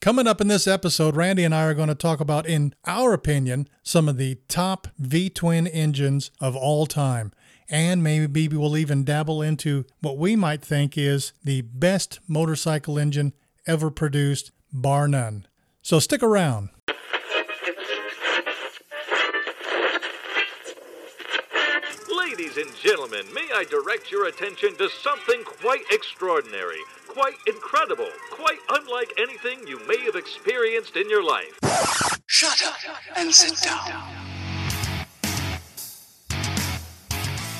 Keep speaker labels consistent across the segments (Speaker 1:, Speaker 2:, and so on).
Speaker 1: Coming up in this episode, Randy and I are going to talk about, in our opinion, some of the top V twin engines of all time. And maybe we'll even dabble into what we might think is the best motorcycle engine ever produced, bar none. So stick around.
Speaker 2: Ladies and gentlemen, may I direct your attention to something quite extraordinary, quite incredible, quite unlike anything you may have experienced in your life.
Speaker 3: Shut up and sit down.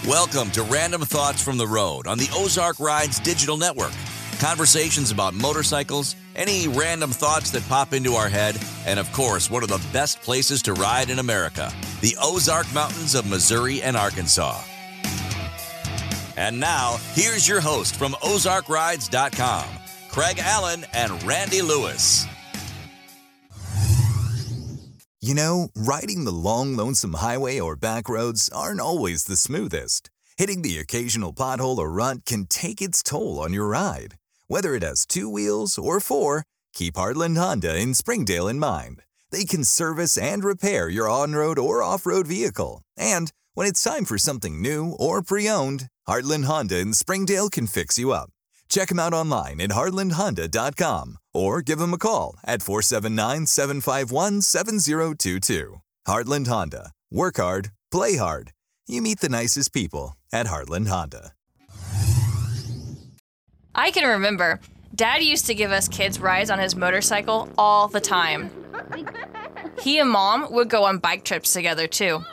Speaker 4: Welcome to Random Thoughts from the Road on the Ozark Rides Digital Network. Conversations about motorcycles, any random thoughts that pop into our head, and of course, one of the best places to ride in America the Ozark Mountains of Missouri and Arkansas. And now, here's your host from OzarkRides.com, Craig Allen and Randy Lewis.
Speaker 5: You know, riding the long, lonesome highway or back roads aren't always the smoothest. Hitting the occasional pothole or runt can take its toll on your ride. Whether it has two wheels or four, keep Heartland Honda in Springdale in mind. They can service and repair your on road or off road vehicle. And when it's time for something new or pre owned, Heartland Honda in Springdale can fix you up. Check them out online at heartlandhonda.com or give them a call at 479 751 7022. Heartland Honda. Work hard, play hard. You meet the nicest people at Heartland Honda.
Speaker 6: I can remember. Dad used to give us kids rides on his motorcycle all the time. He and mom would go on bike trips together too.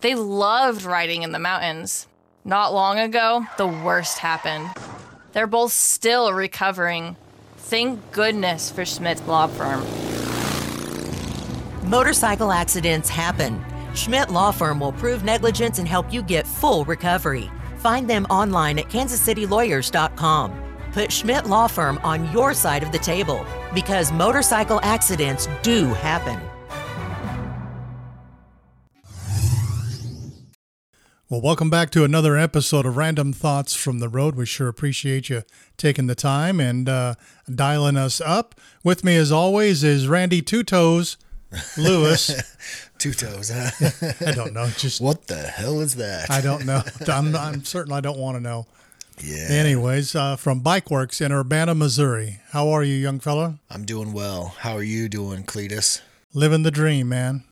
Speaker 6: They loved riding in the mountains. Not long ago, the worst happened. They're both still recovering. Thank goodness for Schmidt's Law Firm.
Speaker 7: Motorcycle accidents happen. Schmidt Law Firm will prove negligence and help you get full recovery. Find them online at kansascitylawyers.com. Put Schmidt Law Firm on your side of the table because motorcycle accidents do happen.
Speaker 1: Well, welcome back to another episode of Random Thoughts from the Road. We sure appreciate you taking the time and uh, dialing us up. With me, as always, is Randy Two Toes Lewis.
Speaker 8: Two toes, huh?
Speaker 1: I don't know. Just
Speaker 8: what the hell is that?
Speaker 1: I don't know. I'm, I'm certain I don't want to know.
Speaker 8: yeah.
Speaker 1: Anyways, uh, from Bike Works in Urbana, Missouri. How are you, young fella?
Speaker 8: I'm doing well. How are you doing, Cletus?
Speaker 1: Living the dream, man.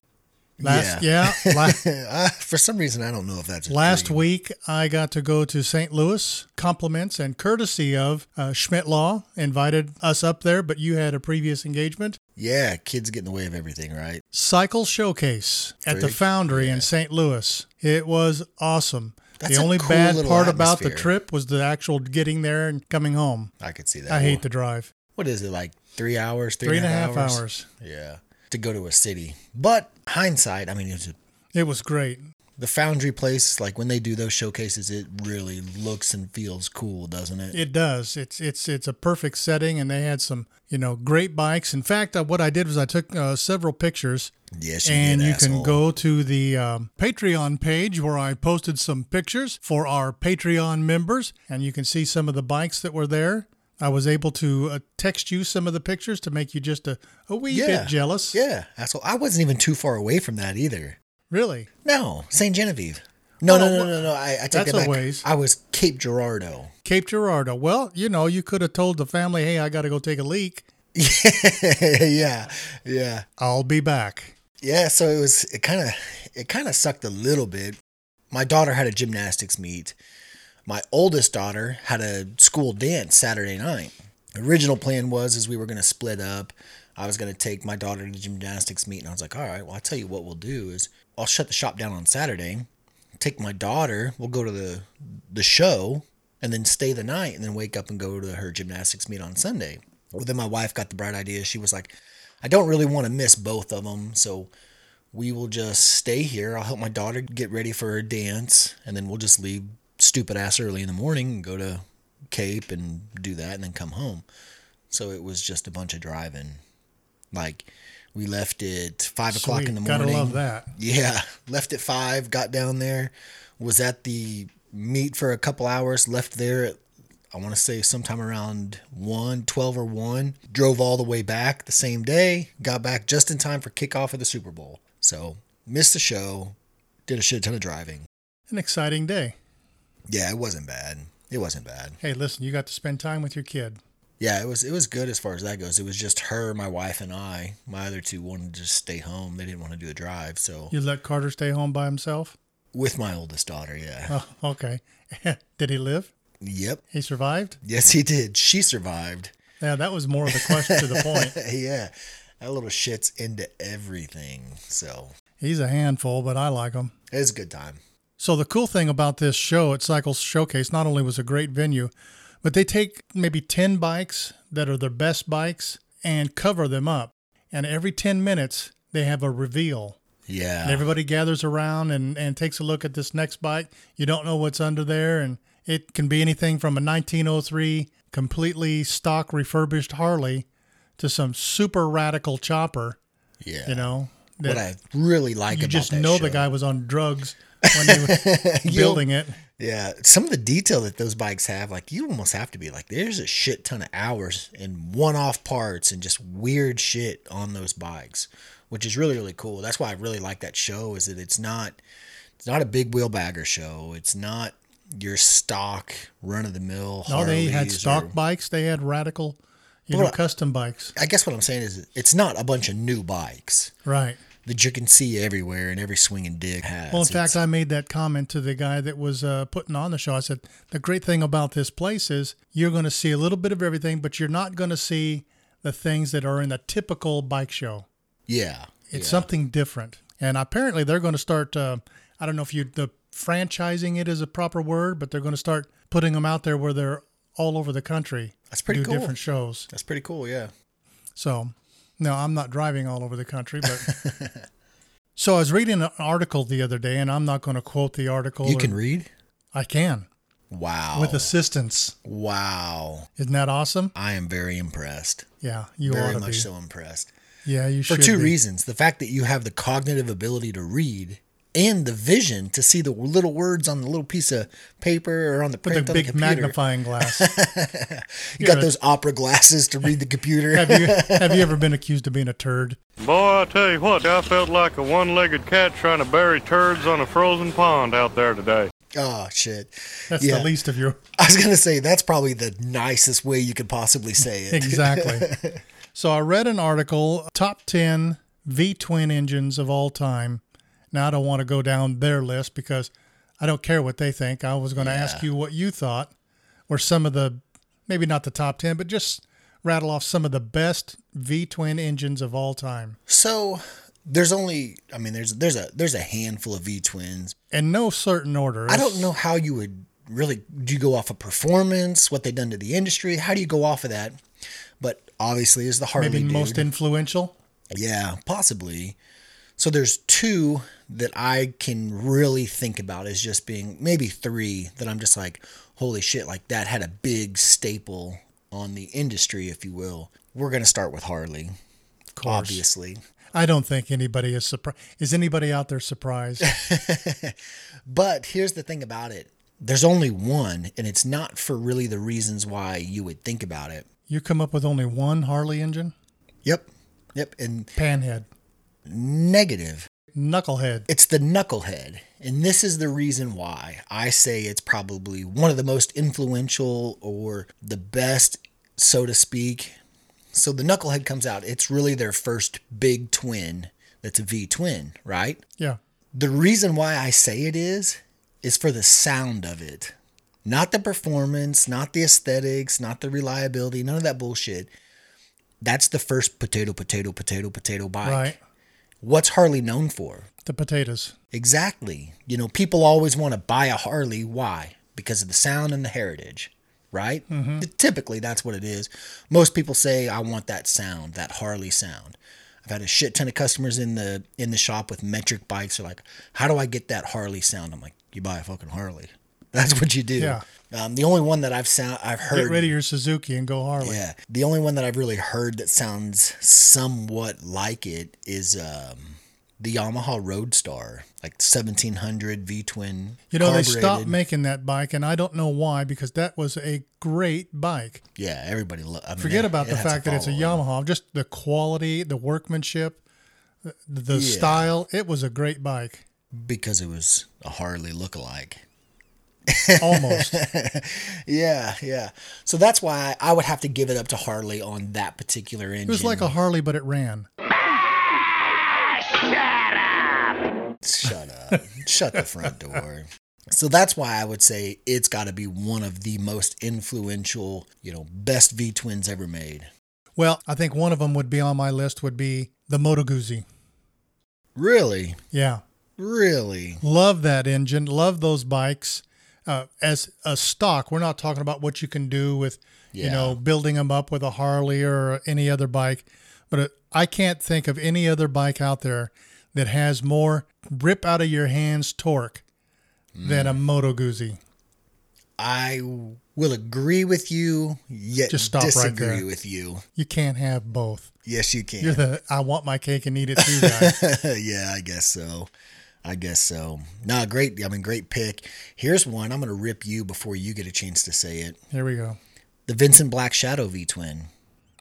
Speaker 1: Last yeah, la-
Speaker 8: Uh, for some reason, I don't know if that's a
Speaker 1: last
Speaker 8: dream.
Speaker 1: week I got to go to St. Louis. Compliments and courtesy of uh, Schmidt Law invited us up there, but you had a previous engagement.
Speaker 8: Yeah, kids get in the way of everything, right?
Speaker 1: Cycle Showcase at the
Speaker 8: Really?
Speaker 1: Foundry in St. Louis. It was awesome.
Speaker 8: That's
Speaker 1: the
Speaker 8: a
Speaker 1: only
Speaker 8: cool
Speaker 1: bad
Speaker 8: little
Speaker 1: part about the
Speaker 8: atmosphere.
Speaker 1: trip was the actual getting there and coming home.
Speaker 8: I could see that.
Speaker 1: I hate the drive.
Speaker 8: What is it like? Three hours,
Speaker 1: Three and a half hours.
Speaker 8: Yeah, to go to a city. But hindsight, I mean, it's a,
Speaker 1: It was great.
Speaker 8: the Foundry place. Like when they do those showcases, it really looks and feels cool, doesn't it?
Speaker 1: It does. It's it's it's a perfect setting, and they had some you know great bikes. In fact, uh, what I did was I took uh, several pictures,
Speaker 8: yes, you
Speaker 1: and
Speaker 8: did,
Speaker 1: you
Speaker 8: asshole.
Speaker 1: can go to the um, Patreon page where I posted some pictures for our Patreon members, and you can see some of the bikes that were there. I was able to uh, text you some of the pictures to make you just a, a wee bit jealous.
Speaker 8: Yeah, asshole. I wasn't even too far away from that either.
Speaker 1: Really?
Speaker 8: No, St. Genevieve. No, no,
Speaker 1: Oh,
Speaker 8: no,
Speaker 1: wh-
Speaker 8: no, no. I, I take
Speaker 1: That's
Speaker 8: that
Speaker 1: a
Speaker 8: back.
Speaker 1: ways.
Speaker 8: I was Cape Girardeau.
Speaker 1: Cape Girardeau. Well, you know, you could have told the family, hey, I got to go take a leak.
Speaker 8: yeah, yeah,
Speaker 1: I'll be back.
Speaker 8: yeah. So it was. It kind of. It kind of sucked a little bit. My daughter had a gymnastics meet. My oldest daughter had a school dance Saturday night. Original plan was is we were going to split up. I was going to take my daughter to the gymnastics meet, and I was like, all right. Well, I'll tell you what we'll do is I'll shut the shop down on Saturday. Take my daughter. We'll go to the the show and then stay the night and then wake up and go to her gymnastics meet on Sunday. Well, then my wife got the bright idea. She was like, I don't really want to miss both of them. So we will just stay here. I'll help my daughter get ready for her dance. And then we'll just leave stupid ass early in the morning and go to Cape and do that and then come home. So it was just a bunch of driving. Like, we left at five o'clock in the
Speaker 1: Sweet.
Speaker 8: morning.
Speaker 1: Gotta love that.
Speaker 8: Yeah, left at five, got down there, was at the meet for a couple hours, left there at I want to say sometime around 1, 12 or 1. Drove all the way back the same day, got back just in time for kickoff of the Super Bowl. So missed the show, did a shit ton of driving.
Speaker 1: An exciting day.
Speaker 8: Yeah, it wasn't bad. It wasn't bad.
Speaker 1: Hey, listen, you got to spend time with your kid.
Speaker 8: Yeah, it was it was good as far as that goes. It was just her, my wife, and I. My other two wanted to just stay home. They didn't want to do a drive. So
Speaker 1: You let Carter stay home by himself?
Speaker 8: with my oldest daughter, yeah.
Speaker 1: Oh, okay. Did he live?
Speaker 8: Yep.
Speaker 1: He survived?
Speaker 8: Yes, he did. She survived.
Speaker 1: Yeah, that was more of a question to the point.
Speaker 8: yeah. That little shit's into everything. So
Speaker 1: He's a handful, but I like him.
Speaker 8: it was a good time.
Speaker 1: So the cool thing about this show at Cycles Showcase not only was a great venue, but they take maybe 10 bikes that are their best bikes and cover them up. And every 10 minutes they have a reveal.
Speaker 8: Yeah.
Speaker 1: And everybody gathers around and, and takes a look at this next bike. You don't know what's under there and it can be anything from a 1903 completely stock refurbished Harley to some super radical chopper,
Speaker 8: yeah.
Speaker 1: you know.
Speaker 8: what I really like
Speaker 1: you
Speaker 8: about
Speaker 1: just
Speaker 8: that
Speaker 1: know
Speaker 8: show.
Speaker 1: the guy was on drugs when he was building it.
Speaker 8: Yeah, some of the detail that those bikes have, like you almost have to be like, there's a shit ton of hours and one-off parts and just weird shit on those bikes, which is really really cool. That's why I really like that show is that it's not, it's not a big wheel bagger show. It's not your stock run of the mill.
Speaker 1: No, they had stock
Speaker 8: bikes.
Speaker 1: bikes. They had radical, you know,
Speaker 8: Well, I-
Speaker 1: custom bikes.
Speaker 8: I guess what I'm saying is it's not a bunch of new bikes
Speaker 1: Right.
Speaker 8: that you can see everywhere and every swinging dick has.
Speaker 1: Well, in
Speaker 8: It's-
Speaker 1: fact, I made that comment to the guy that was uh, putting on the show. I said, the great thing about this place is you're going to see a little bit of everything, but you're not going to see the things that are in a typical bike show.
Speaker 8: yeah,
Speaker 1: It's
Speaker 8: yeah.
Speaker 1: something different. And apparently, they're going to start. Uh, I don't know if you the franchising it is a proper word, but they're going to start putting them out there where they're all over the country.
Speaker 8: That's pretty
Speaker 1: do
Speaker 8: cool.
Speaker 1: Different shows.
Speaker 8: That's pretty cool. Yeah.
Speaker 1: So, no, I'm not driving all over the country, but. so I was reading an article the other day, and I'm not going to quote the article.
Speaker 8: You
Speaker 1: or-
Speaker 8: can read.
Speaker 1: I can
Speaker 8: Wow.
Speaker 1: with assistance.
Speaker 8: wow.
Speaker 1: Isn't that awesome?
Speaker 8: I am very impressed.
Speaker 1: Yeah, you ought
Speaker 8: very
Speaker 1: to
Speaker 8: much
Speaker 1: be.
Speaker 8: so impressed.
Speaker 1: Yeah, you
Speaker 8: For
Speaker 1: should.
Speaker 8: two
Speaker 1: be.
Speaker 8: reasons. The fact that you have the cognitive ability to read and the vision to see the little words on the little piece of paper or on the
Speaker 1: With
Speaker 8: print
Speaker 1: a
Speaker 8: on the
Speaker 1: big
Speaker 8: computer.
Speaker 1: magnifying glass.
Speaker 8: you
Speaker 1: Yeah.
Speaker 8: got those opera glasses to read the computer.
Speaker 1: have you have you ever been accused of being a turd?
Speaker 9: Boy, I tell you what, I felt like a one legged cat trying to bury turds on a frozen pond out there today.
Speaker 8: oh shit.
Speaker 1: That's
Speaker 8: Yeah.
Speaker 1: the least of your
Speaker 8: I was gonna say that's probably the nicest way you could possibly say it.
Speaker 1: exactly. so I read an article, top 10 V twin engines of all time. Now I don't want to go down their list because I don't care what they think. I was going to ask you what you thought or some of the maybe not the top 10, but just rattle off some of the best V twin engines of all time.
Speaker 8: So there's only I mean there's there's a there's a handful of V twins.
Speaker 1: In no certain order.
Speaker 8: I don't know how you would really do you go off of performance, what they've done to the industry, how do you go off of that? But obviously is the Harley
Speaker 1: Maybe
Speaker 8: dude.
Speaker 1: most influential.
Speaker 8: Yeah, possibly. So there's two that I can really think about as just being maybe three that I'm just like, holy shit, like that had a big staple on the industry, if you will. We're gonna start with Harley,
Speaker 1: Of course.
Speaker 8: obviously.
Speaker 1: I don't think anybody is surprised. Is anybody out there surprised?
Speaker 8: But here's the thing about it. There's only one, and it's not for really the reasons why you would think about it.
Speaker 1: you come up with only one Harley engine?
Speaker 8: Yep. Yep. And
Speaker 1: Panhead.
Speaker 8: negative.
Speaker 1: Knucklehead.
Speaker 8: It's the knucklehead. And this is the reason why I say it's probably one of the most influential or the best, so to speak. So the knucklehead comes out. It's really their first big twin that's a V twin, right?
Speaker 1: Yeah.
Speaker 8: The reason why I say it is, is for the sound of it. Not the performance, not the aesthetics, not the reliability, none of that bullshit. That's the first potato, potato, potato, potato bike.
Speaker 1: Right.
Speaker 8: What's Harley known for?
Speaker 1: The potatoes.
Speaker 8: Exactly. You know, people always want to buy a Harley. Why? Because of the sound and the heritage, right?
Speaker 1: Mm-hmm.
Speaker 8: Typically, that's what it is. Most people say, "I want that sound, that Harley sound." I've had a shit ton of customers in the in the shop with metric bikes. They're like, "How do I get that Harley sound?" I'm like, "You buy a fucking Harley. That's what you do."
Speaker 1: Yeah.
Speaker 8: Um, the only one that I've sound I've heard
Speaker 1: Get rid of your Suzuki and go Harley.
Speaker 8: yeah. The only one that I've really heard that sounds somewhat like it is um, the Yamaha Roadstar, like 1700 V twin.
Speaker 1: You know, they stopped making that bike, and I don't know why, because that was a great bike.
Speaker 8: Yeah, everybody. Lo- I mean,
Speaker 1: Forget
Speaker 8: it-
Speaker 1: about
Speaker 8: it
Speaker 1: the
Speaker 8: has a
Speaker 1: fact that it's a
Speaker 8: following.
Speaker 1: Yamaha, just the quality, the workmanship, the, the
Speaker 8: Yeah.
Speaker 1: style. It was a great bike,
Speaker 8: because it was a Harley lookalike.
Speaker 1: almost.
Speaker 8: Yeah, yeah. So that's why I would have to give it up to Harley on that particular engine.
Speaker 1: it was like a Harley, but it ran.
Speaker 8: Shut up. Shut the front door. So that's why I would say it's got to be one of the most influential, you know, best V twins ever made.
Speaker 1: Well, I think one of them would be on my list would be the Moto Guzzi.
Speaker 8: Really,
Speaker 1: Yeah.
Speaker 8: really.
Speaker 1: Love that engine. Love those bikes. Uh, as a stock, we're not talking about what you can do with, you
Speaker 8: Yeah.
Speaker 1: know, building them up with a Harley or any other bike. But uh, I can't think of any other bike out there that has more rip out of your hands torque than
Speaker 8: Mm.
Speaker 1: a Moto Guzzi.
Speaker 8: I will agree with you, yet
Speaker 1: Just stop right
Speaker 8: disagree
Speaker 1: there.
Speaker 8: with you.
Speaker 1: You can't have both.
Speaker 8: Yes, you can.
Speaker 1: You're the I want my cake and eat it too guy.
Speaker 8: yeah, I guess so. I guess so. Nah, great. I mean, great pick. Here's one. I'm gonna rip you before you get a chance to say it.
Speaker 1: Here we go.
Speaker 8: The Vincent Black Shadow V twin,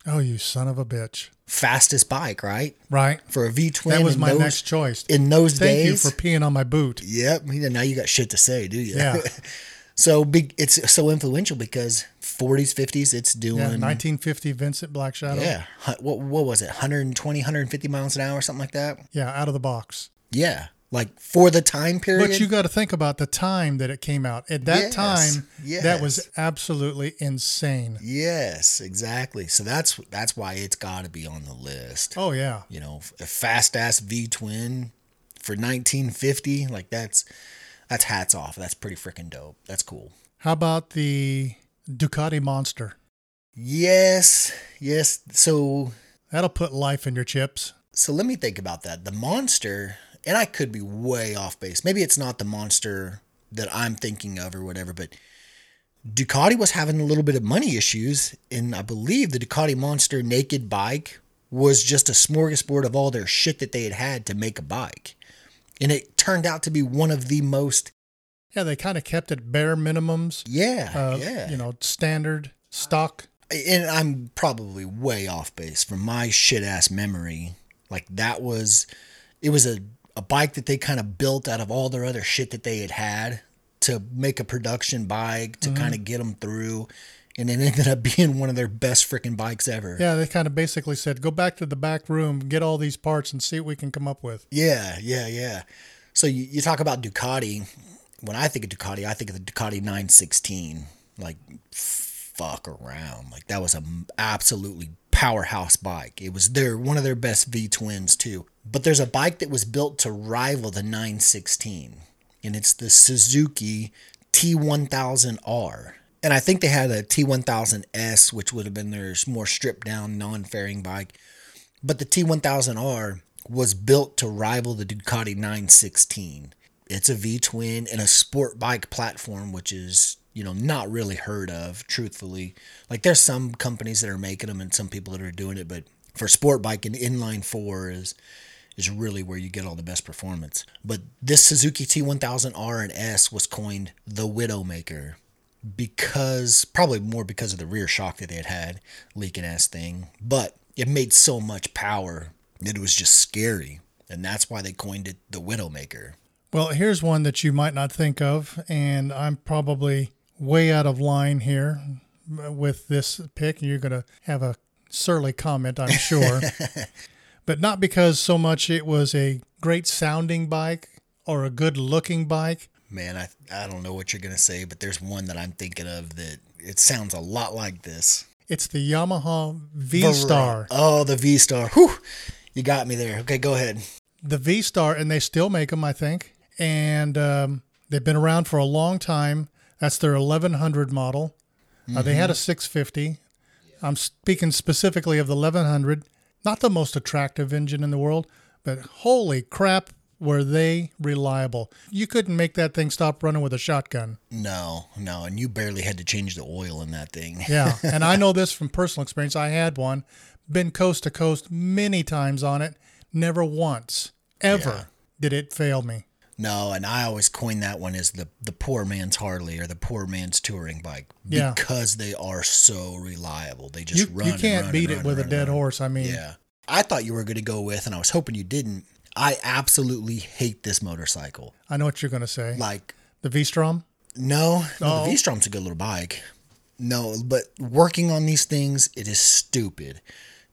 Speaker 1: Oh, you son of a bitch!
Speaker 8: fastest bike, right?
Speaker 1: Right?
Speaker 8: For a V twin.
Speaker 1: That was
Speaker 8: in
Speaker 1: my
Speaker 8: those-
Speaker 1: next choice.
Speaker 8: In those
Speaker 1: Thank
Speaker 8: days.
Speaker 1: you for peeing on my boot.
Speaker 8: Yep. Now you got shit to say, do you?
Speaker 1: Yeah.
Speaker 8: so big. It's so influential because 40s, 50s. It's doing.
Speaker 1: Yeah, 1950 Vincent Black Shadow.
Speaker 8: yeah. hu- What what was it? 120, 150 miles an hour, something like that.
Speaker 1: Yeah, out of the box.
Speaker 8: Yeah. Like for the time period.
Speaker 1: But you got to think about the time that it came out. At that
Speaker 8: Yes,
Speaker 1: time, that was
Speaker 8: yes.
Speaker 1: absolutely insane.
Speaker 8: Yes, exactly. So that's that's why it's got to be on the list.
Speaker 1: Oh yeah.
Speaker 8: You know, a fast ass V twin for 1950, like that's that's hats off. That's pretty freaking dope. That's cool.
Speaker 1: How about the Ducati Monster?
Speaker 8: Yes, yes. So
Speaker 1: That'll put life in your chips.
Speaker 8: so let me think about that. The monster, and I could be way off base. Maybe it's not the monster that I'm thinking of or whatever, but Ducati was having a little bit of money issues, and I believe the Ducati Monster naked bike was just a smorgasbord of all their shit that they had had to make a bike. And it turned out to be one of the most,
Speaker 1: Yeah, they kind of kept it bare minimums.
Speaker 8: yeah,
Speaker 1: Uh,
Speaker 8: yeah.
Speaker 1: You know, standard stock.
Speaker 8: and I'm probably way off base from my shit ass memory. Like that was, it was a, a bike that they kind of built out of all their other shit that they had had to make a production bike to kind of get them through, and it ended up being one of their best freaking bikes ever.
Speaker 1: Yeah, they kind of basically said, go back to the back room, get all these parts, and see what we can come up with.
Speaker 8: Yeah, yeah, yeah. So you, you talk about Ducati. When I think of Ducati, I think of the Ducati 916. Like, fuck around. Like that was an absolutely powerhouse bike. It was their one of their best V twins too. But there's a bike that was built to rival the 916, and it's the Suzuki T1000R. And I think they had a T1000S, which would have been their more stripped down, non fairing bike. But the T1000R was built to rival the Ducati 916. It's a V twin and a sport bike platform, which is, you know, not really heard of, truthfully. Like there's some companies that are making them and some people that are doing it, but for sport bike and inline four is is really where you get all the best performance. But this Suzuki T1000R and S was coined the Widowmaker because probably more because of the rear shock that it had leaking ass thing but it made so much power that it was just scary and that's why they coined it the widowmaker
Speaker 1: Well, here's one that you might not think of, and I'm probably way out of line here with this pick. You're going to have a surly comment, I'm sure. but not because so much it was a great sounding bike or a good looking bike.
Speaker 8: man i i don't know what you're going to say but there's one that i'm thinking of that it sounds a lot like this
Speaker 1: It's the Yamaha V Star.
Speaker 8: oh the v star whew you got me there okay go ahead
Speaker 1: the V Star, and they still make them, I think. And um, they've been around for a long time. That's their 1100 model. Uh, they had a 650. I'm speaking specifically of the 1100. Not the most attractive engine in the world, but holy crap, were they reliable. You couldn't make that thing stop running with a shotgun.
Speaker 8: no no and you barely had to change the oil in that thing
Speaker 1: Yeah. and I know this from personal experience. I had one, been coast to coast many times on it, never once Ever did it fail me.
Speaker 8: No, and I always coin that one as the the poor man's Harley or the poor man's touring bike
Speaker 1: Yeah.
Speaker 8: because they are so reliable. They just
Speaker 1: You,
Speaker 8: run.
Speaker 1: you
Speaker 8: and
Speaker 1: can't
Speaker 8: run and
Speaker 1: beat
Speaker 8: run
Speaker 1: it
Speaker 8: and
Speaker 1: with a
Speaker 8: run and
Speaker 1: dead
Speaker 8: run.
Speaker 1: horse. I mean,
Speaker 8: Yeah, I thought you were going to go with, and I was hoping you didn't. I absolutely hate this motorcycle.
Speaker 1: I know what you're going to say.
Speaker 8: Like,
Speaker 1: the V-Strom?
Speaker 8: no, no
Speaker 1: Oh.
Speaker 8: the V Strom's a good little bike. No, but working on these things, it is stupid.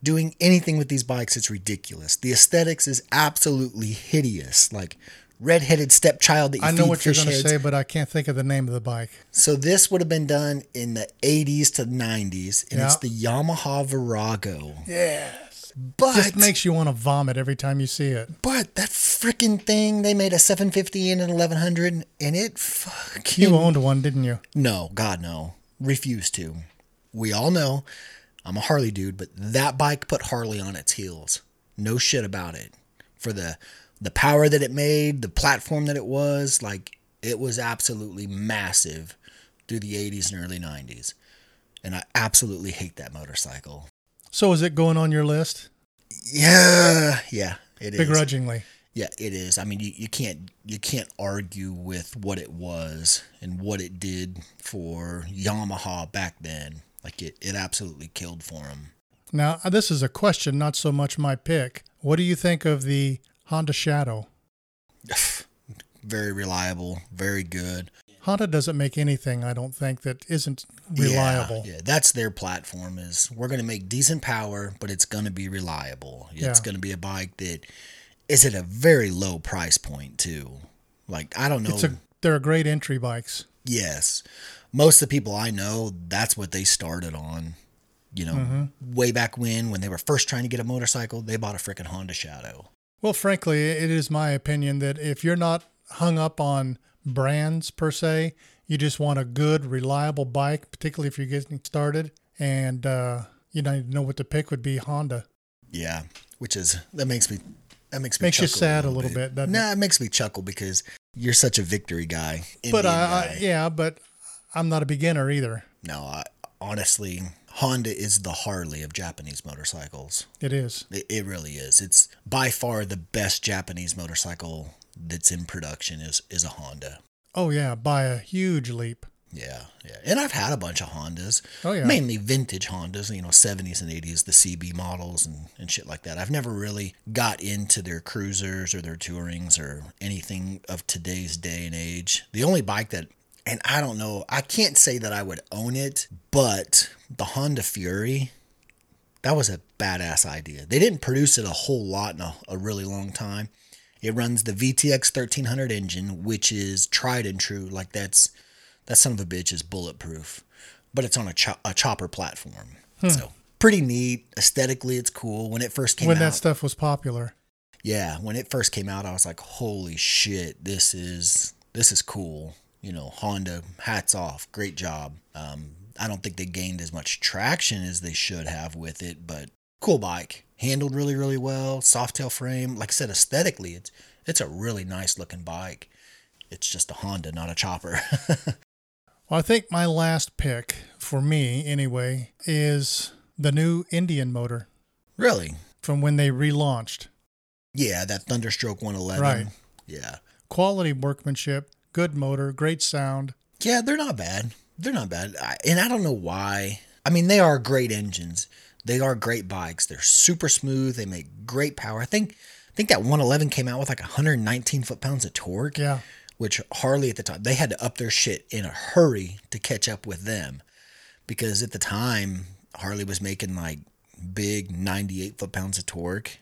Speaker 8: Doing anything with these bikes, it's ridiculous. The aesthetics is absolutely hideous. Like redheaded stepchild that you
Speaker 1: I know
Speaker 8: feed
Speaker 1: what you're
Speaker 8: fish
Speaker 1: going to
Speaker 8: heads.
Speaker 1: say, but I can't think of the name of the bike.
Speaker 8: So this would have been done in the 80s to 90s, and it's
Speaker 1: Yeah.
Speaker 8: the Yamaha Virago. Yes. But
Speaker 1: Just makes you want to vomit every time you see it.
Speaker 8: but that freaking thing, they made a 750 and an 1100, and it fucking
Speaker 1: You owned one, didn't you?
Speaker 8: no, God no, refused to. We all know I'm a Harley dude, but that bike put Harley on its heels. No shit about it. For the the power that it made, the platform that it was, like it was absolutely massive through the 80s and early 90s. And I absolutely hate that motorcycle.
Speaker 1: So is it going on your list?
Speaker 8: Yeah, yeah, it is.
Speaker 1: Begrudgingly.
Speaker 8: Yeah, it is. I mean, you, you can't you can't argue with what it was and what it did for Yamaha back then. Like it, it absolutely killed for them.
Speaker 1: Now, uh, this is a question, not so much my pick. What do you think of the Honda Shadow?
Speaker 8: Very reliable, very good,
Speaker 1: Honda doesn't make anything, I don't think, that isn't
Speaker 8: Yeah,
Speaker 1: reliable.
Speaker 8: Yeah, that's their platform. Is we're gonna make decent power, but it's gonna be reliable. It's
Speaker 1: Yeah.
Speaker 8: gonna be a bike that is at a very low price point too. Like I don't know.
Speaker 1: It's a, they're great entry bikes.
Speaker 8: Yes. Most of the people I know, that's what they started on. You know,
Speaker 1: Mm-hmm.
Speaker 8: way back when, when they were first trying to get a motorcycle, they bought a freaking Honda Shadow.
Speaker 1: Well, frankly, it is my opinion that if you're not hung up on brands per se, you just want a good, reliable bike, particularly if you're getting started, and uh, you don't know what to pick would be Honda.
Speaker 8: Yeah. Which is, that makes me, that makes me
Speaker 1: Makes you
Speaker 8: chuckle
Speaker 1: sad a little bit, doesn't
Speaker 8: nah, it? makes me chuckle because you're such a victory guy.
Speaker 1: but
Speaker 8: Indian
Speaker 1: I, I,
Speaker 8: guy.
Speaker 1: yeah, but I'm not a beginner either.
Speaker 8: no, I, honestly, Honda is the Harley of Japanese motorcycles.
Speaker 1: It is.
Speaker 8: It, it really is. It's by far the best Japanese motorcycle that's in production is, is a Honda.
Speaker 1: Oh yeah, by a huge leap.
Speaker 8: Yeah, yeah. And I've had a bunch of Hondas.
Speaker 1: Oh, yeah.
Speaker 8: Mainly vintage Hondas, you know, 70s and 80s, the CB models and, and shit like that. I've never really got into their cruisers or their tourings or anything of today's day and age. The only bike that, and I don't know, I can't say that I would own it, but the Honda Fury, that was a badass idea. They didn't produce it a whole lot in a, a really long time. It runs the VTX 1300 engine, which is tried and true. Like that's that son of a bitch is bulletproof, but it's on a, cho- a chopper platform.
Speaker 1: Hmm.
Speaker 8: So pretty neat. Aesthetically, it's cool. When it first came
Speaker 1: when
Speaker 8: out,
Speaker 1: that stuff was popular.
Speaker 8: yeah, when it first came out, I was like, "Holy shit, this is this is cool." You know, Honda, hats off, great job. Um, I don't think they gained as much traction as they should have with it, but cool bike, handled really really well, soft tail frame. Like I said, aesthetically, it's it's a really nice looking bike. It's just a Honda, not a chopper.
Speaker 1: Well, I think my last pick for me anyway is the new Indian motor
Speaker 8: really?
Speaker 1: from when they relaunched.
Speaker 8: Yeah, that Thunderstroke 111.
Speaker 1: Right.
Speaker 8: Yeah.
Speaker 1: Quality workmanship, good motor, great sound.
Speaker 8: Yeah, they're not bad. They're not bad. I, and I don't know why. I mean, they are great engines. They are great bikes. They're super smooth. They make great power. I think I think that 111 came out with like 119 foot-pounds of torque.
Speaker 1: Yeah.
Speaker 8: Which Harley at the time, they had to up their shit in a hurry to catch up with them because at the time Harley was making like big 98 foot-pounds of torque.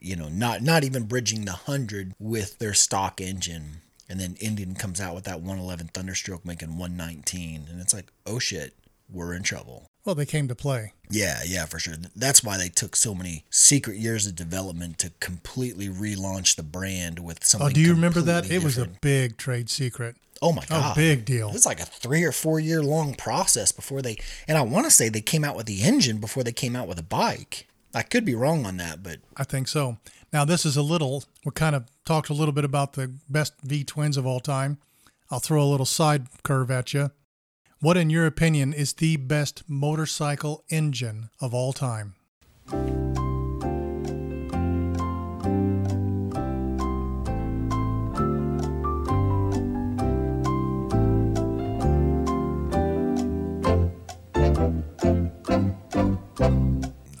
Speaker 8: You know, not not even bridging the 100 with their stock engine. And then Indian comes out with that 111 Thunderstroke making 119 and it's like, "Oh shit, we're in trouble."
Speaker 1: Well, they came to play.
Speaker 8: Yeah, yeah, for sure. That's why they took so many secret years of development to completely relaunch the brand with something.
Speaker 1: oh, do you remember that?
Speaker 8: completely
Speaker 1: It was a
Speaker 8: different.
Speaker 1: big trade secret.
Speaker 8: oh my
Speaker 1: A
Speaker 8: god,
Speaker 1: big deal.
Speaker 8: It was like a three or four year long process before they. And I want to say they came out with the engine before they came out with a bike. I could be wrong on that, but
Speaker 1: I think so. Now, this is a little, we kind of talked a little bit about the best V twins of all time. I'll throw a little side curve at you. What, in your opinion, is the best motorcycle engine of all time?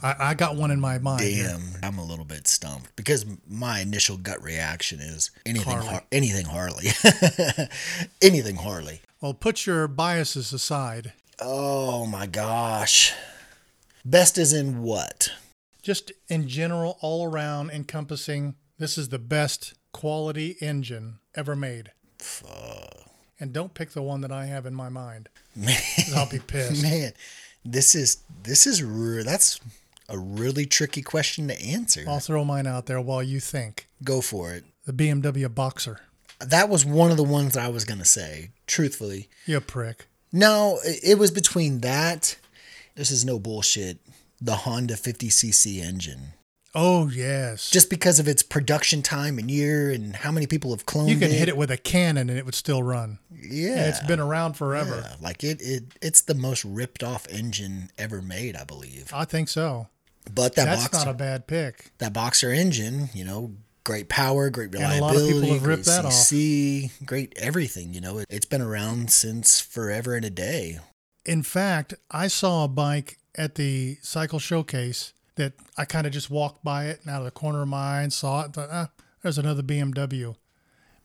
Speaker 1: I, I got one in my mind. here.
Speaker 8: Damn, I'm a little bit stumped because my initial gut reaction is anything,
Speaker 1: Harley.
Speaker 8: Har- anything Harley, anything Harley.
Speaker 1: Well, put your biases aside.
Speaker 8: Oh my gosh, best is in what?
Speaker 1: Just in general, all around encompassing, this is the best quality engine ever made. And don't pick the one that I have in my mind. 'cause I'll be pissed.
Speaker 8: Man, this is this is re- that's a really tricky question to answer.
Speaker 1: I'll throw mine out there while you think.
Speaker 8: Go for it.
Speaker 1: The BMW Boxer.
Speaker 8: That was one of the ones I was gonna say. Truthfully,
Speaker 1: You prick.
Speaker 8: no, it it was between that. This is no bullshit. The Honda 50cc engine.
Speaker 1: Oh, yes.
Speaker 8: just because of its production time and year and how many people have cloned
Speaker 1: you can hit it with a cannon and it would still run.
Speaker 8: Yeah,
Speaker 1: And it's been around forever.
Speaker 8: Yeah, Like it, it, it's the most ripped off engine ever made, I believe.
Speaker 1: I think so.
Speaker 8: But that
Speaker 1: That's
Speaker 8: boxer,
Speaker 1: not a bad pick.
Speaker 8: that boxer engine, you know, great power, great
Speaker 1: And a lot
Speaker 8: reliability,
Speaker 1: of people have ripped
Speaker 8: great
Speaker 1: that off.
Speaker 8: CC, great everything. You know, it, it's been around since forever and a day.
Speaker 1: In fact, I saw a bike at the cycle showcase that I kind of just walked by it and out of the corner of my eye and saw it. Thought, ah, there's another BMW.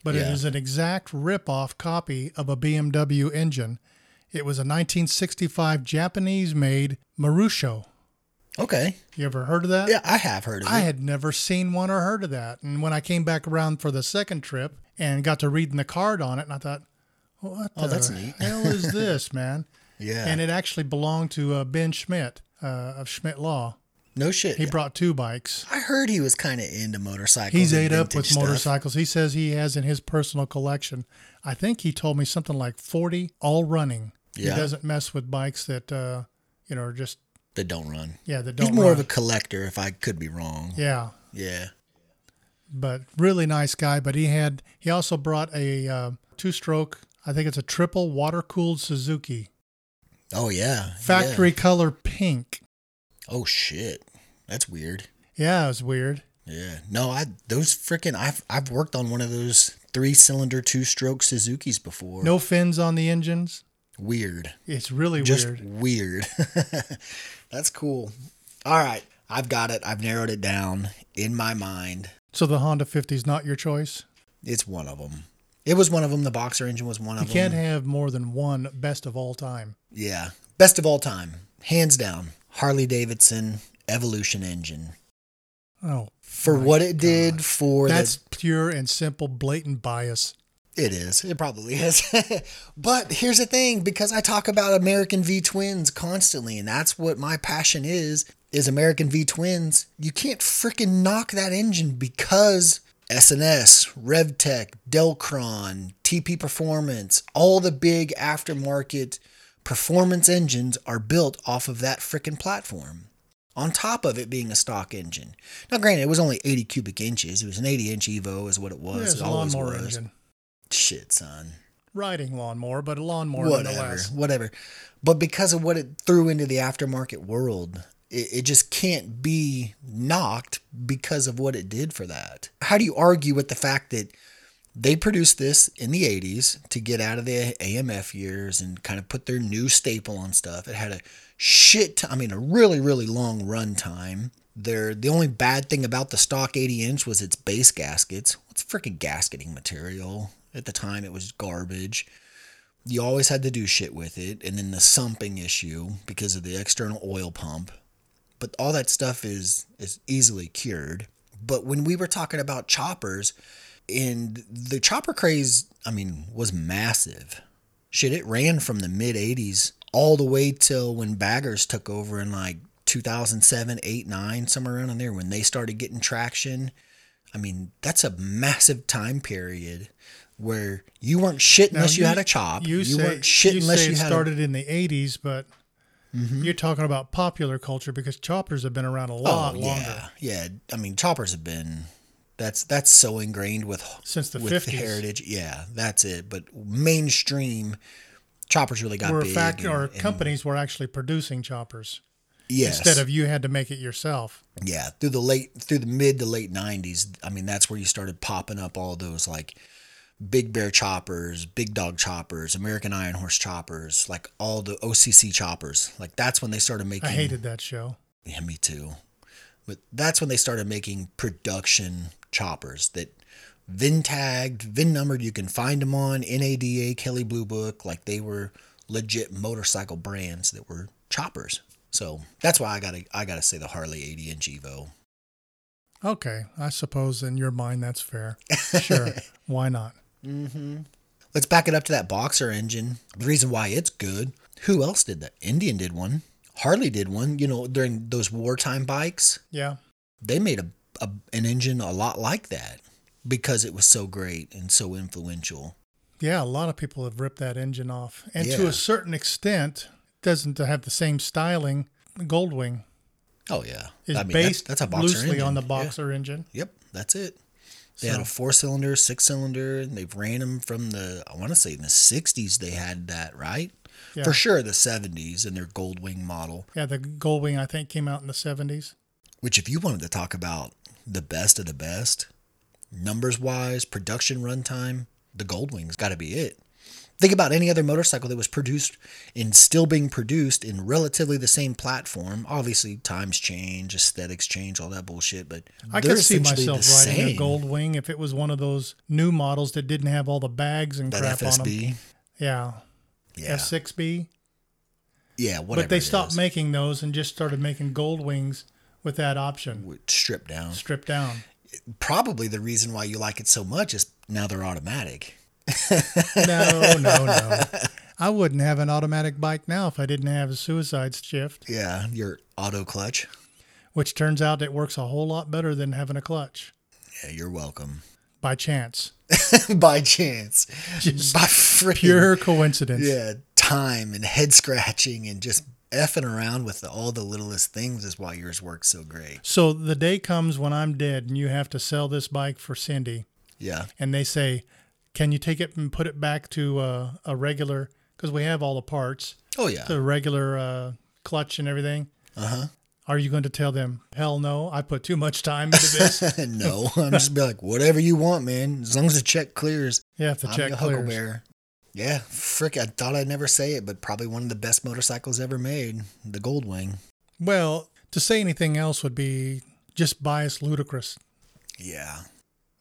Speaker 1: But it
Speaker 8: Yeah.
Speaker 1: is an exact rip-off copy of a BMW engine. It was a 1965 Japanese-made Marusho.
Speaker 8: Okay,
Speaker 1: You ever heard of that?
Speaker 8: yeah, I have heard of
Speaker 1: I
Speaker 8: it.
Speaker 1: had never seen one or heard of that. And when I came back around for the second trip and got to reading the card on it, and I thought, what
Speaker 8: Oh,
Speaker 1: the
Speaker 8: that's neat.
Speaker 1: hell is this, man?
Speaker 8: yeah,
Speaker 1: And it actually belonged to uh, Ben Schmidt uh, of Schmidt Law.
Speaker 8: no shit.
Speaker 1: He brought two bikes.
Speaker 8: I heard he was kind of into motorcycles.
Speaker 1: He's
Speaker 8: and
Speaker 1: ate up with
Speaker 8: vintage stuff.
Speaker 1: motorcycles. He says he has in his personal collection, I think he told me something like 40 all running.
Speaker 8: Yeah.
Speaker 1: He doesn't mess with bikes that, uh, you know, are just,
Speaker 8: that don't run.
Speaker 1: yeah, that don't
Speaker 8: He's more
Speaker 1: run.
Speaker 8: of a collector, if I could be wrong.
Speaker 1: Yeah.
Speaker 8: Yeah.
Speaker 1: but really nice guy. But he had he also brought a uh, two stroke. I think it's a triple water cooled Suzuki
Speaker 8: Oh yeah. yeah.
Speaker 1: factory color pink.
Speaker 8: Oh shit. That's weird.
Speaker 1: Yeah, it was weird.
Speaker 8: Yeah. No, I those freaking I've I've worked on one of those three cylinder two stroke Suzuki's before.
Speaker 1: No fins on the engines.
Speaker 8: Weird.
Speaker 1: It's really
Speaker 8: Just
Speaker 1: weird.
Speaker 8: weird. That's cool. All right. I've got it. I've narrowed it down in my mind.
Speaker 1: So the Honda 50 is not your choice.
Speaker 8: It's one of them. It was one of them. The boxer engine was one
Speaker 1: You
Speaker 8: of them.
Speaker 1: can't have more than one best of all time.
Speaker 8: yeah. Best of all time. Hands down. Harley Davidson Evolution engine.
Speaker 1: Oh,
Speaker 8: For
Speaker 1: my
Speaker 8: what it
Speaker 1: God.
Speaker 8: did for the-
Speaker 1: That's pure and simple blatant bias.
Speaker 8: It is. It probably is. but here's the thing because I talk about American V twins constantly and that's what my passion is is American V twins. You can't freaking knock that engine because SNS, RevTech, Delcron, TP Performance, all the big aftermarket performance engines are built off of that freaking platform on top of it being a stock engine. Now, granted, it was only 80 cubic inches. It was an 80 inch Evo, is what it was.
Speaker 1: Yeah, it's
Speaker 8: it
Speaker 1: a
Speaker 8: always
Speaker 1: lawnmower
Speaker 8: was.
Speaker 1: engine.
Speaker 8: Shit, son.
Speaker 1: Riding lawnmower, but a lawnmower
Speaker 8: whatever,
Speaker 1: nonetheless.
Speaker 8: whatever. But because of what it threw into the aftermarket world, it, it just can't be knocked because of what it did for that. How do you argue with the fact that they produced this in the 80s to get out of the AMF years and kind of put their new staple on stuff. It had a shit, t- I mean, a really, really long run time. Their, the only bad thing about the stock 80 inch was its base gaskets. It's freaking gasketing material. At the time, it was garbage. You always had to do shit with it. And then the sumping issue because of the external oil pump but all that stuff is is easily cured. But when we were talking about choppers, and the chopper craze, I mean, was massive. Shit, it ran from the mid '80s all the way till when baggers took over in like 2007, 8, 9, somewhere around in there when they started getting traction. I mean, that's a massive time period where you weren't shit
Speaker 1: Now,
Speaker 8: unless you, had a chop. You,
Speaker 1: say-
Speaker 8: weren't shit
Speaker 1: you
Speaker 8: unless
Speaker 1: say
Speaker 8: you
Speaker 1: it
Speaker 8: had a Mm-hmm.
Speaker 1: started in the 80s, but you're talking about popular culture because choppers have been around a lot longer.
Speaker 8: Oh, Yeah, yeah. I mean, choppers have been that's that's so ingrained with
Speaker 1: Since the
Speaker 8: with
Speaker 1: 50s.
Speaker 8: heritage. Yeah, that's it. But mainstream choppers really got
Speaker 1: Where
Speaker 8: big.
Speaker 1: fact
Speaker 8: and-
Speaker 1: or
Speaker 8: and-
Speaker 1: companies were actually producing choppers
Speaker 8: yes,
Speaker 1: instead of you had to make it yourself.
Speaker 8: yeah through the late through the mid to late nineties. I mean, that's where you started popping up all those like big bear choppers, big dog choppers, American iron horse choppers, like all the OCC choppers. Like that's when they started making.
Speaker 1: I hated that show.
Speaker 8: Yeah, me too. But that's when they started making production choppers that VIN tagged, VIN numbered. You can find them on NADA, Kelly Blue Book. Like they were legit motorcycle brands that were choppers. So that's why I gotta I gotta say the Harley 80 and Givo.
Speaker 1: Okay, I suppose in your mind that's fair. Sure, why not?
Speaker 8: Let's back it up to that boxer engine. The reason why it's good. Who else did that? Indian did one. Harley did one. You know, during those wartime bikes,
Speaker 1: Yeah,
Speaker 8: they made a, a an engine a lot like that because it was so great and so influential.
Speaker 1: yeah. A lot of people have ripped that engine off, and to
Speaker 8: Yeah.
Speaker 1: a certain extent, it doesn't have the same styling. Goldwing
Speaker 8: Oh yeah,
Speaker 1: is
Speaker 8: I mean, that's-
Speaker 1: based
Speaker 8: that's, a boxer
Speaker 1: loosely
Speaker 8: engine.
Speaker 1: on the
Speaker 8: Yeah.
Speaker 1: boxer engine.
Speaker 8: Yep, that's it. They had a
Speaker 1: So-
Speaker 8: four cylinder, six cylinder, and they've ran them from the I want to say in the '60s they had that right.
Speaker 1: Yeah.
Speaker 8: For sure, the '70s and their Goldwing model.
Speaker 1: Yeah, the Goldwing I think came out in the seventies.
Speaker 8: Which, if you wanted to talk about the best of the best, numbers wise, production runtime, the Goldwing's got to be it. Think about any other motorcycle that was produced and still being produced in relatively the same platform. Obviously, times change, aesthetics change, all that bullshit. But
Speaker 1: I
Speaker 8: they're
Speaker 1: could see
Speaker 8: essentially
Speaker 1: myself
Speaker 8: the
Speaker 1: riding
Speaker 8: same.
Speaker 1: a Goldwing if it was one of those new models that didn't have all the bags and
Speaker 8: That
Speaker 1: crap on them.
Speaker 8: FSB,
Speaker 1: Yeah,
Speaker 8: yeah,
Speaker 1: S6B.
Speaker 8: yeah, whatever.
Speaker 1: but they
Speaker 8: it
Speaker 1: stopped
Speaker 8: is.
Speaker 1: making those and just started making Goldwings with that option
Speaker 8: With stripped down.
Speaker 1: stripped down.
Speaker 8: Probably the reason why you like it so much is now they're automatic.
Speaker 1: No, no, no. I wouldn't have an automatic bike now if I didn't have a suicide shift,
Speaker 8: Yeah, your auto clutch.
Speaker 1: which turns out it works a whole lot better than having a clutch
Speaker 8: Yeah, you're welcome.
Speaker 1: by chance.
Speaker 8: by chance, by freaking
Speaker 1: Pure coincidence.
Speaker 8: yeah time and head scratching and just effing around with all the littlest things is why yours works so great.
Speaker 1: So the day comes when I'm dead and you have to sell this bike for Cindy,
Speaker 8: Yeah,
Speaker 1: and they say, "Can you take it and put it back to uh, a regular? Because we have all the parts,
Speaker 8: oh yeah,
Speaker 1: the regular uh, clutch and everything." Uh
Speaker 8: Uh-huh.
Speaker 1: Are you going to tell them, "Hell no! I put too much time into this."
Speaker 8: no, I'm just be like whatever you want, man. As long as the check clears,
Speaker 1: yeah, if the
Speaker 8: I'm
Speaker 1: check
Speaker 8: your
Speaker 1: clears.
Speaker 8: huckleberry. Yeah, frick, I thought I'd never say it, but probably one of the best motorcycles ever made, the Goldwing.
Speaker 1: Well, to say anything else would be just biased, ludicrous,
Speaker 8: Yeah,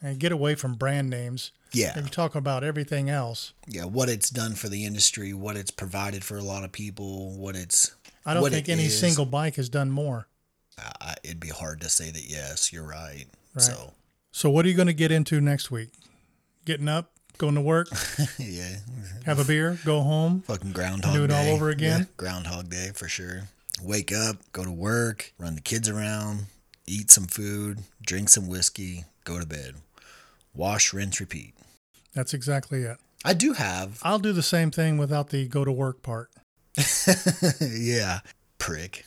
Speaker 1: and get away from brand names.
Speaker 8: yeah.
Speaker 1: And talk about everything else.
Speaker 8: yeah, what it's done for the industry, what it's provided for a lot of people, what it's.
Speaker 1: I don't
Speaker 8: what
Speaker 1: think
Speaker 8: it
Speaker 1: any
Speaker 8: is.
Speaker 1: single bike has done more.
Speaker 8: I- I, it'd be hard to say that. Yes, you're right.
Speaker 1: Right.
Speaker 8: So
Speaker 1: So, what are you going to get into next week? Getting up, going to work,
Speaker 8: yeah,
Speaker 1: have a beer, go home.
Speaker 8: fucking Groundhog
Speaker 1: Do it
Speaker 8: Day.
Speaker 1: all over
Speaker 8: Yeah,
Speaker 1: again?
Speaker 8: groundhog Day for sure. Wake up, go to work, run the kids around, eat some food, drink some whiskey, go to bed, wash, rinse, repeat.
Speaker 1: That's exactly it.
Speaker 8: I do have,
Speaker 1: I'll do the same thing without the go to work part.
Speaker 8: yeah, prick.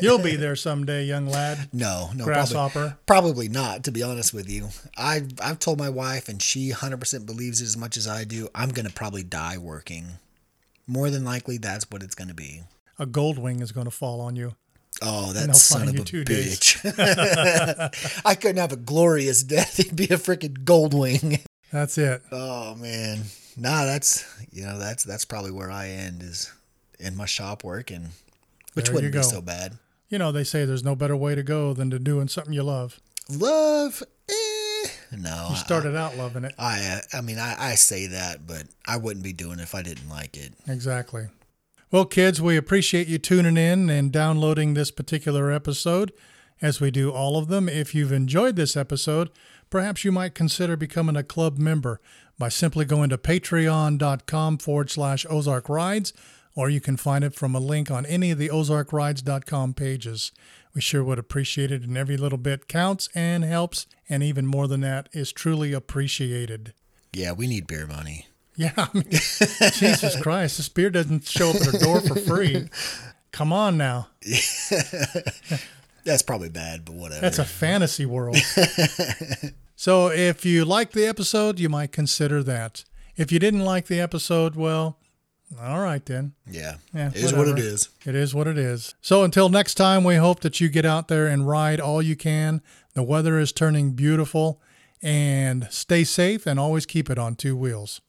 Speaker 1: You'll be there someday, young lad.
Speaker 8: No, no, probably,
Speaker 1: Grasshopper.
Speaker 8: Probably not, to be honest with you. I've I've told my wife, and she 100% believes it as much as I do. I'm gonna probably die working. More than likely, that's what it's gonna be.
Speaker 1: A gold wing is going to fall on you.
Speaker 8: Oh,
Speaker 1: they'll
Speaker 8: that son
Speaker 1: find
Speaker 8: of
Speaker 1: you
Speaker 8: a
Speaker 1: two days.
Speaker 8: bitch! I couldn't have a glorious death. It'd be a freaking gold wing.
Speaker 1: That's it.
Speaker 8: Oh man, nah, that's you know that's that's probably where I end is in my shop working,
Speaker 1: There
Speaker 8: which
Speaker 1: you
Speaker 8: wouldn't be
Speaker 1: go.
Speaker 8: so bad.
Speaker 1: You know, they say there's no better way to go than to doing something you love.
Speaker 8: Love, eh, no.
Speaker 1: You
Speaker 8: I-
Speaker 1: started out loving it.
Speaker 8: I uh, I mean I, I say that, but I wouldn't be doing it if I didn't like it.
Speaker 1: Exactly. Well, kids, we appreciate you tuning in and downloading this particular episode, as we do all of them. If you've enjoyed this episode, perhaps you might consider becoming a club member by simply going to patreon.com forward slash Ozark Rides, or you can find it from a link on any of the ozarkrides.com pages. We sure would appreciate it, and every little bit counts and helps, and even more than that is truly appreciated.
Speaker 8: Yeah, we need beer money.
Speaker 1: Yeah, I mean, Jesus Christ, this beer doesn't show up at her door for free. Come on now.
Speaker 8: That's probably bad, but whatever.
Speaker 1: That's a fantasy world. so, if you liked the episode, you might consider that. If you didn't like the episode, well, all right then.
Speaker 8: yeah.
Speaker 1: Yeah,
Speaker 8: it is what it
Speaker 1: whatever.
Speaker 8: is.
Speaker 1: It is what it is. So, until next time, we hope that you get out there and ride all you can. The weather is turning beautiful and stay safe and always keep it on two wheels.